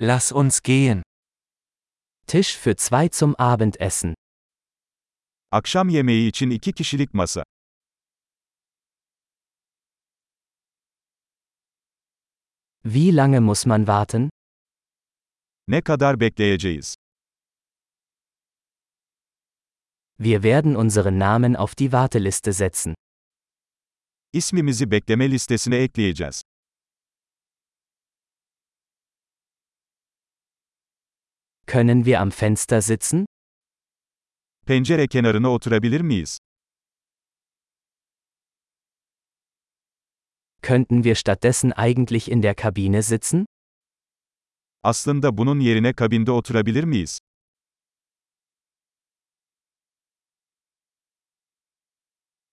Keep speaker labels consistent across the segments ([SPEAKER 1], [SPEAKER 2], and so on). [SPEAKER 1] Lass uns gehen. Tisch für zwei zum Abendessen.
[SPEAKER 2] Akşam yemeği için iki kişilik masa.
[SPEAKER 1] Wie lange muss man warten?
[SPEAKER 2] Ne kadar bekleyeceğiz?
[SPEAKER 1] Wir werden unseren Namen auf die Warteliste setzen.
[SPEAKER 2] İsmimizi bekleme listesine ekleyeceğiz.
[SPEAKER 1] Können wir am Fenster sitzen?
[SPEAKER 2] Pencere kenarına oturabilir miyiz?
[SPEAKER 1] Könnten wir stattdessen eigentlich in der Kabine sitzen?
[SPEAKER 2] Aslında bunun yerine kabinde oturabilir miyiz?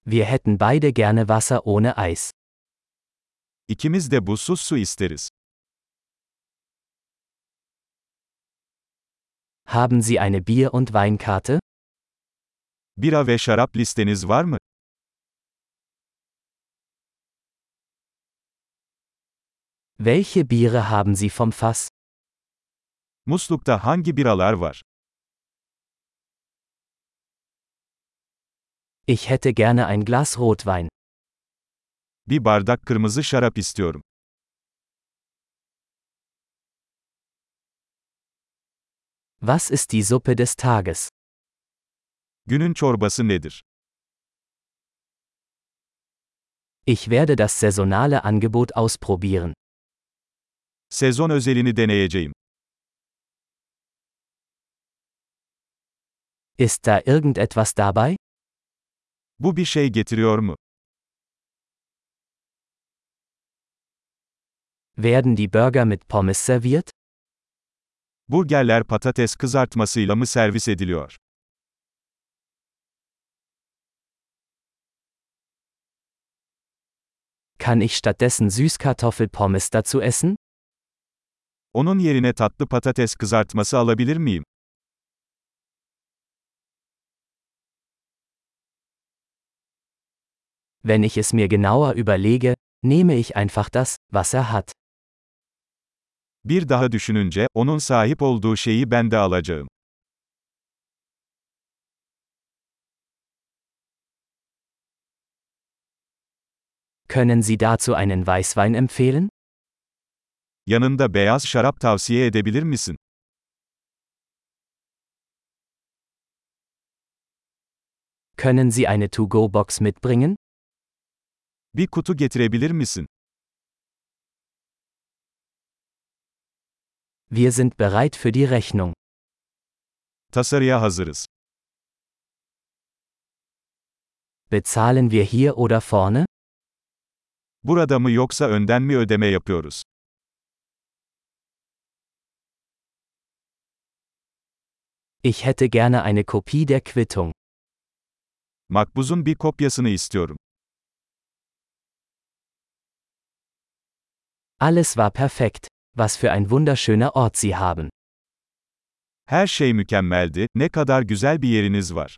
[SPEAKER 1] Wir hätten beide gerne Wasser ohne Eis.
[SPEAKER 2] İkimiz de buzsuz su isteriz.
[SPEAKER 1] Haben Sie eine Bier- und Weinkarte?
[SPEAKER 2] Bira ve şarap listeniz var mı?
[SPEAKER 1] Welche Biere haben Sie vom Fass?
[SPEAKER 2] Muslukta hangi biralar var?
[SPEAKER 1] Ich hätte gerne ein Glas Rotwein.
[SPEAKER 2] Bir bardak kırmızı şarap istiyorum.
[SPEAKER 1] Was ist die Suppe des Tages?
[SPEAKER 2] Günün çorbası nedir?
[SPEAKER 1] Ich werde das saisonale Angebot ausprobieren.
[SPEAKER 2] Sezon özelini deneyeceğim.
[SPEAKER 1] Ist da irgendetwas dabei?
[SPEAKER 2] Bu bir şey getiriyor mu?
[SPEAKER 1] Werden die Burger mit Pommes serviert?
[SPEAKER 2] Burgerler patates kızartmasıyla mı servis ediliyor?
[SPEAKER 1] Kann ich stattdessen Süßkartoffelpommes dazu essen?
[SPEAKER 2] Onun yerine tatlı patates kızartması alabilir miyim?
[SPEAKER 1] Wenn ich es mir genauer überlege, nehme ich einfach das, was er hat.
[SPEAKER 2] Bir daha düşününce, onun sahip olduğu şeyi ben de alacağım.
[SPEAKER 1] Können Sie dazu einen Weißwein empfehlen?
[SPEAKER 2] Yanında beyaz şarap tavsiye edebilir misin?
[SPEAKER 1] Können Sie eine To-Go-Box mitbringen?
[SPEAKER 2] Bir kutu getirebilir misin?
[SPEAKER 1] Wir sind bereit für die Rechnung.
[SPEAKER 2] Tasarıya hazırız.
[SPEAKER 1] Bezahlen wir hier oder vorne?
[SPEAKER 2] Burada mı yoksa önden mi ödeme yapıyoruz?
[SPEAKER 1] Ich hätte gerne eine Kopie der Quittung.
[SPEAKER 2] Makbuzun bir kopyasını istiyorum.
[SPEAKER 1] Alles war perfekt. Was für ein wunderschöner Ort Sie haben.
[SPEAKER 2] Her şey mükemmeldi, ne kadar güzel bir yeriniz var.